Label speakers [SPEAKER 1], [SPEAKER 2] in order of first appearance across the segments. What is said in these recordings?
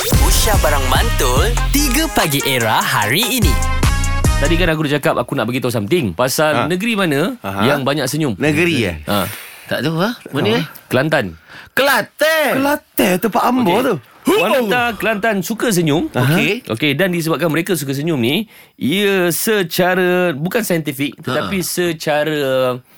[SPEAKER 1] Aisyah Barang Mantul 3 Pagi Era hari ini
[SPEAKER 2] Tadi kan aku dah cakap aku nak beritahu something pasal ha.
[SPEAKER 3] Ha.
[SPEAKER 2] negeri mana
[SPEAKER 3] Aha.
[SPEAKER 2] yang banyak senyum.
[SPEAKER 3] Negeri eh?
[SPEAKER 2] Ha.
[SPEAKER 1] Tak tahu lah Mana eh
[SPEAKER 2] Kelantan.
[SPEAKER 1] Kelantan
[SPEAKER 3] Kelantan tempat Ambo okay. tu.
[SPEAKER 2] Wanita Kelantan suka senyum.
[SPEAKER 3] Aha.
[SPEAKER 2] Okey. Okey dan disebabkan mereka suka senyum ni, ia secara bukan saintifik
[SPEAKER 3] Ha.
[SPEAKER 2] tetapi secara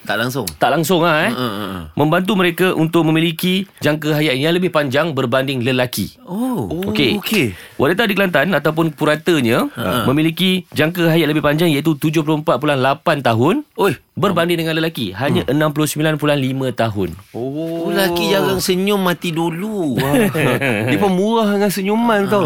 [SPEAKER 1] Tak langsung
[SPEAKER 2] tak langsung lah eh.
[SPEAKER 1] Ha, ha, ha.
[SPEAKER 2] Membantu mereka untuk memiliki jangka hayat yang lebih panjang berbanding lelaki.
[SPEAKER 1] Oh
[SPEAKER 2] Okey.
[SPEAKER 3] okey.
[SPEAKER 2] Wanita di Kelantan ataupun puratanya ha. memiliki jangka hayat lebih panjang iaitu 74.8 tahun
[SPEAKER 1] Oi
[SPEAKER 2] berbanding dengan lelaki hanya hmm. 69.5 tahun.
[SPEAKER 3] Oh.
[SPEAKER 1] Lelaki jarang senyum mati dulu
[SPEAKER 3] Dia pun murah dengan senyuman tau.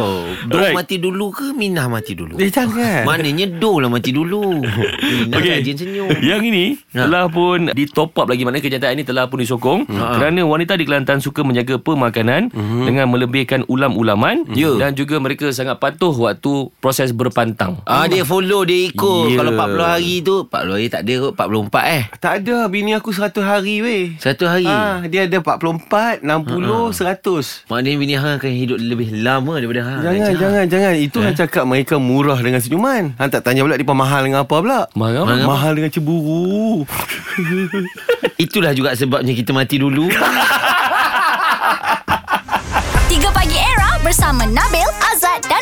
[SPEAKER 1] Do
[SPEAKER 2] Alright.
[SPEAKER 1] mati dulu ke Minah mati dulu
[SPEAKER 3] Dia eh? jangan.
[SPEAKER 1] Maknanya Do lah mati dulu Minah okay. rajin senyum
[SPEAKER 2] Yang ini ha. telah pun di top up lagi Maknanya kenyataan ini telah pun disokong ha. kerana wanita di Kelantan suka menjaga pemakanan mm-hmm. dengan melebihkan ulam-ulaman
[SPEAKER 1] Ya.
[SPEAKER 2] dan juga mereka sangat patuh waktu proses berpantang.
[SPEAKER 1] Ah dia follow dia ikut
[SPEAKER 3] Ya.
[SPEAKER 1] yeah. kalau 40 hari tu 40 hari tak ada kot 44 eh
[SPEAKER 3] Tak ada bini aku 100 hari weh.
[SPEAKER 1] satu hari
[SPEAKER 3] Ha, dia ada 44, 60, Ah. 100.
[SPEAKER 1] Maknanya bini hang akan hidup lebih lama daripada Ha, kan? hang
[SPEAKER 3] Jangan,
[SPEAKER 1] Najah.
[SPEAKER 3] jangan, jangan. Itu Ah, eh? cakap mereka murah dengan senyuman. Hang tak tanya pula dia pun mahal dengan apa pula.
[SPEAKER 2] Mahal apa?
[SPEAKER 3] mahal dengan cemburu.
[SPEAKER 1] Itulah juga sebabnya kita mati dulu
[SPEAKER 4] 3 Pagi Era bersama Nabil, Azad dan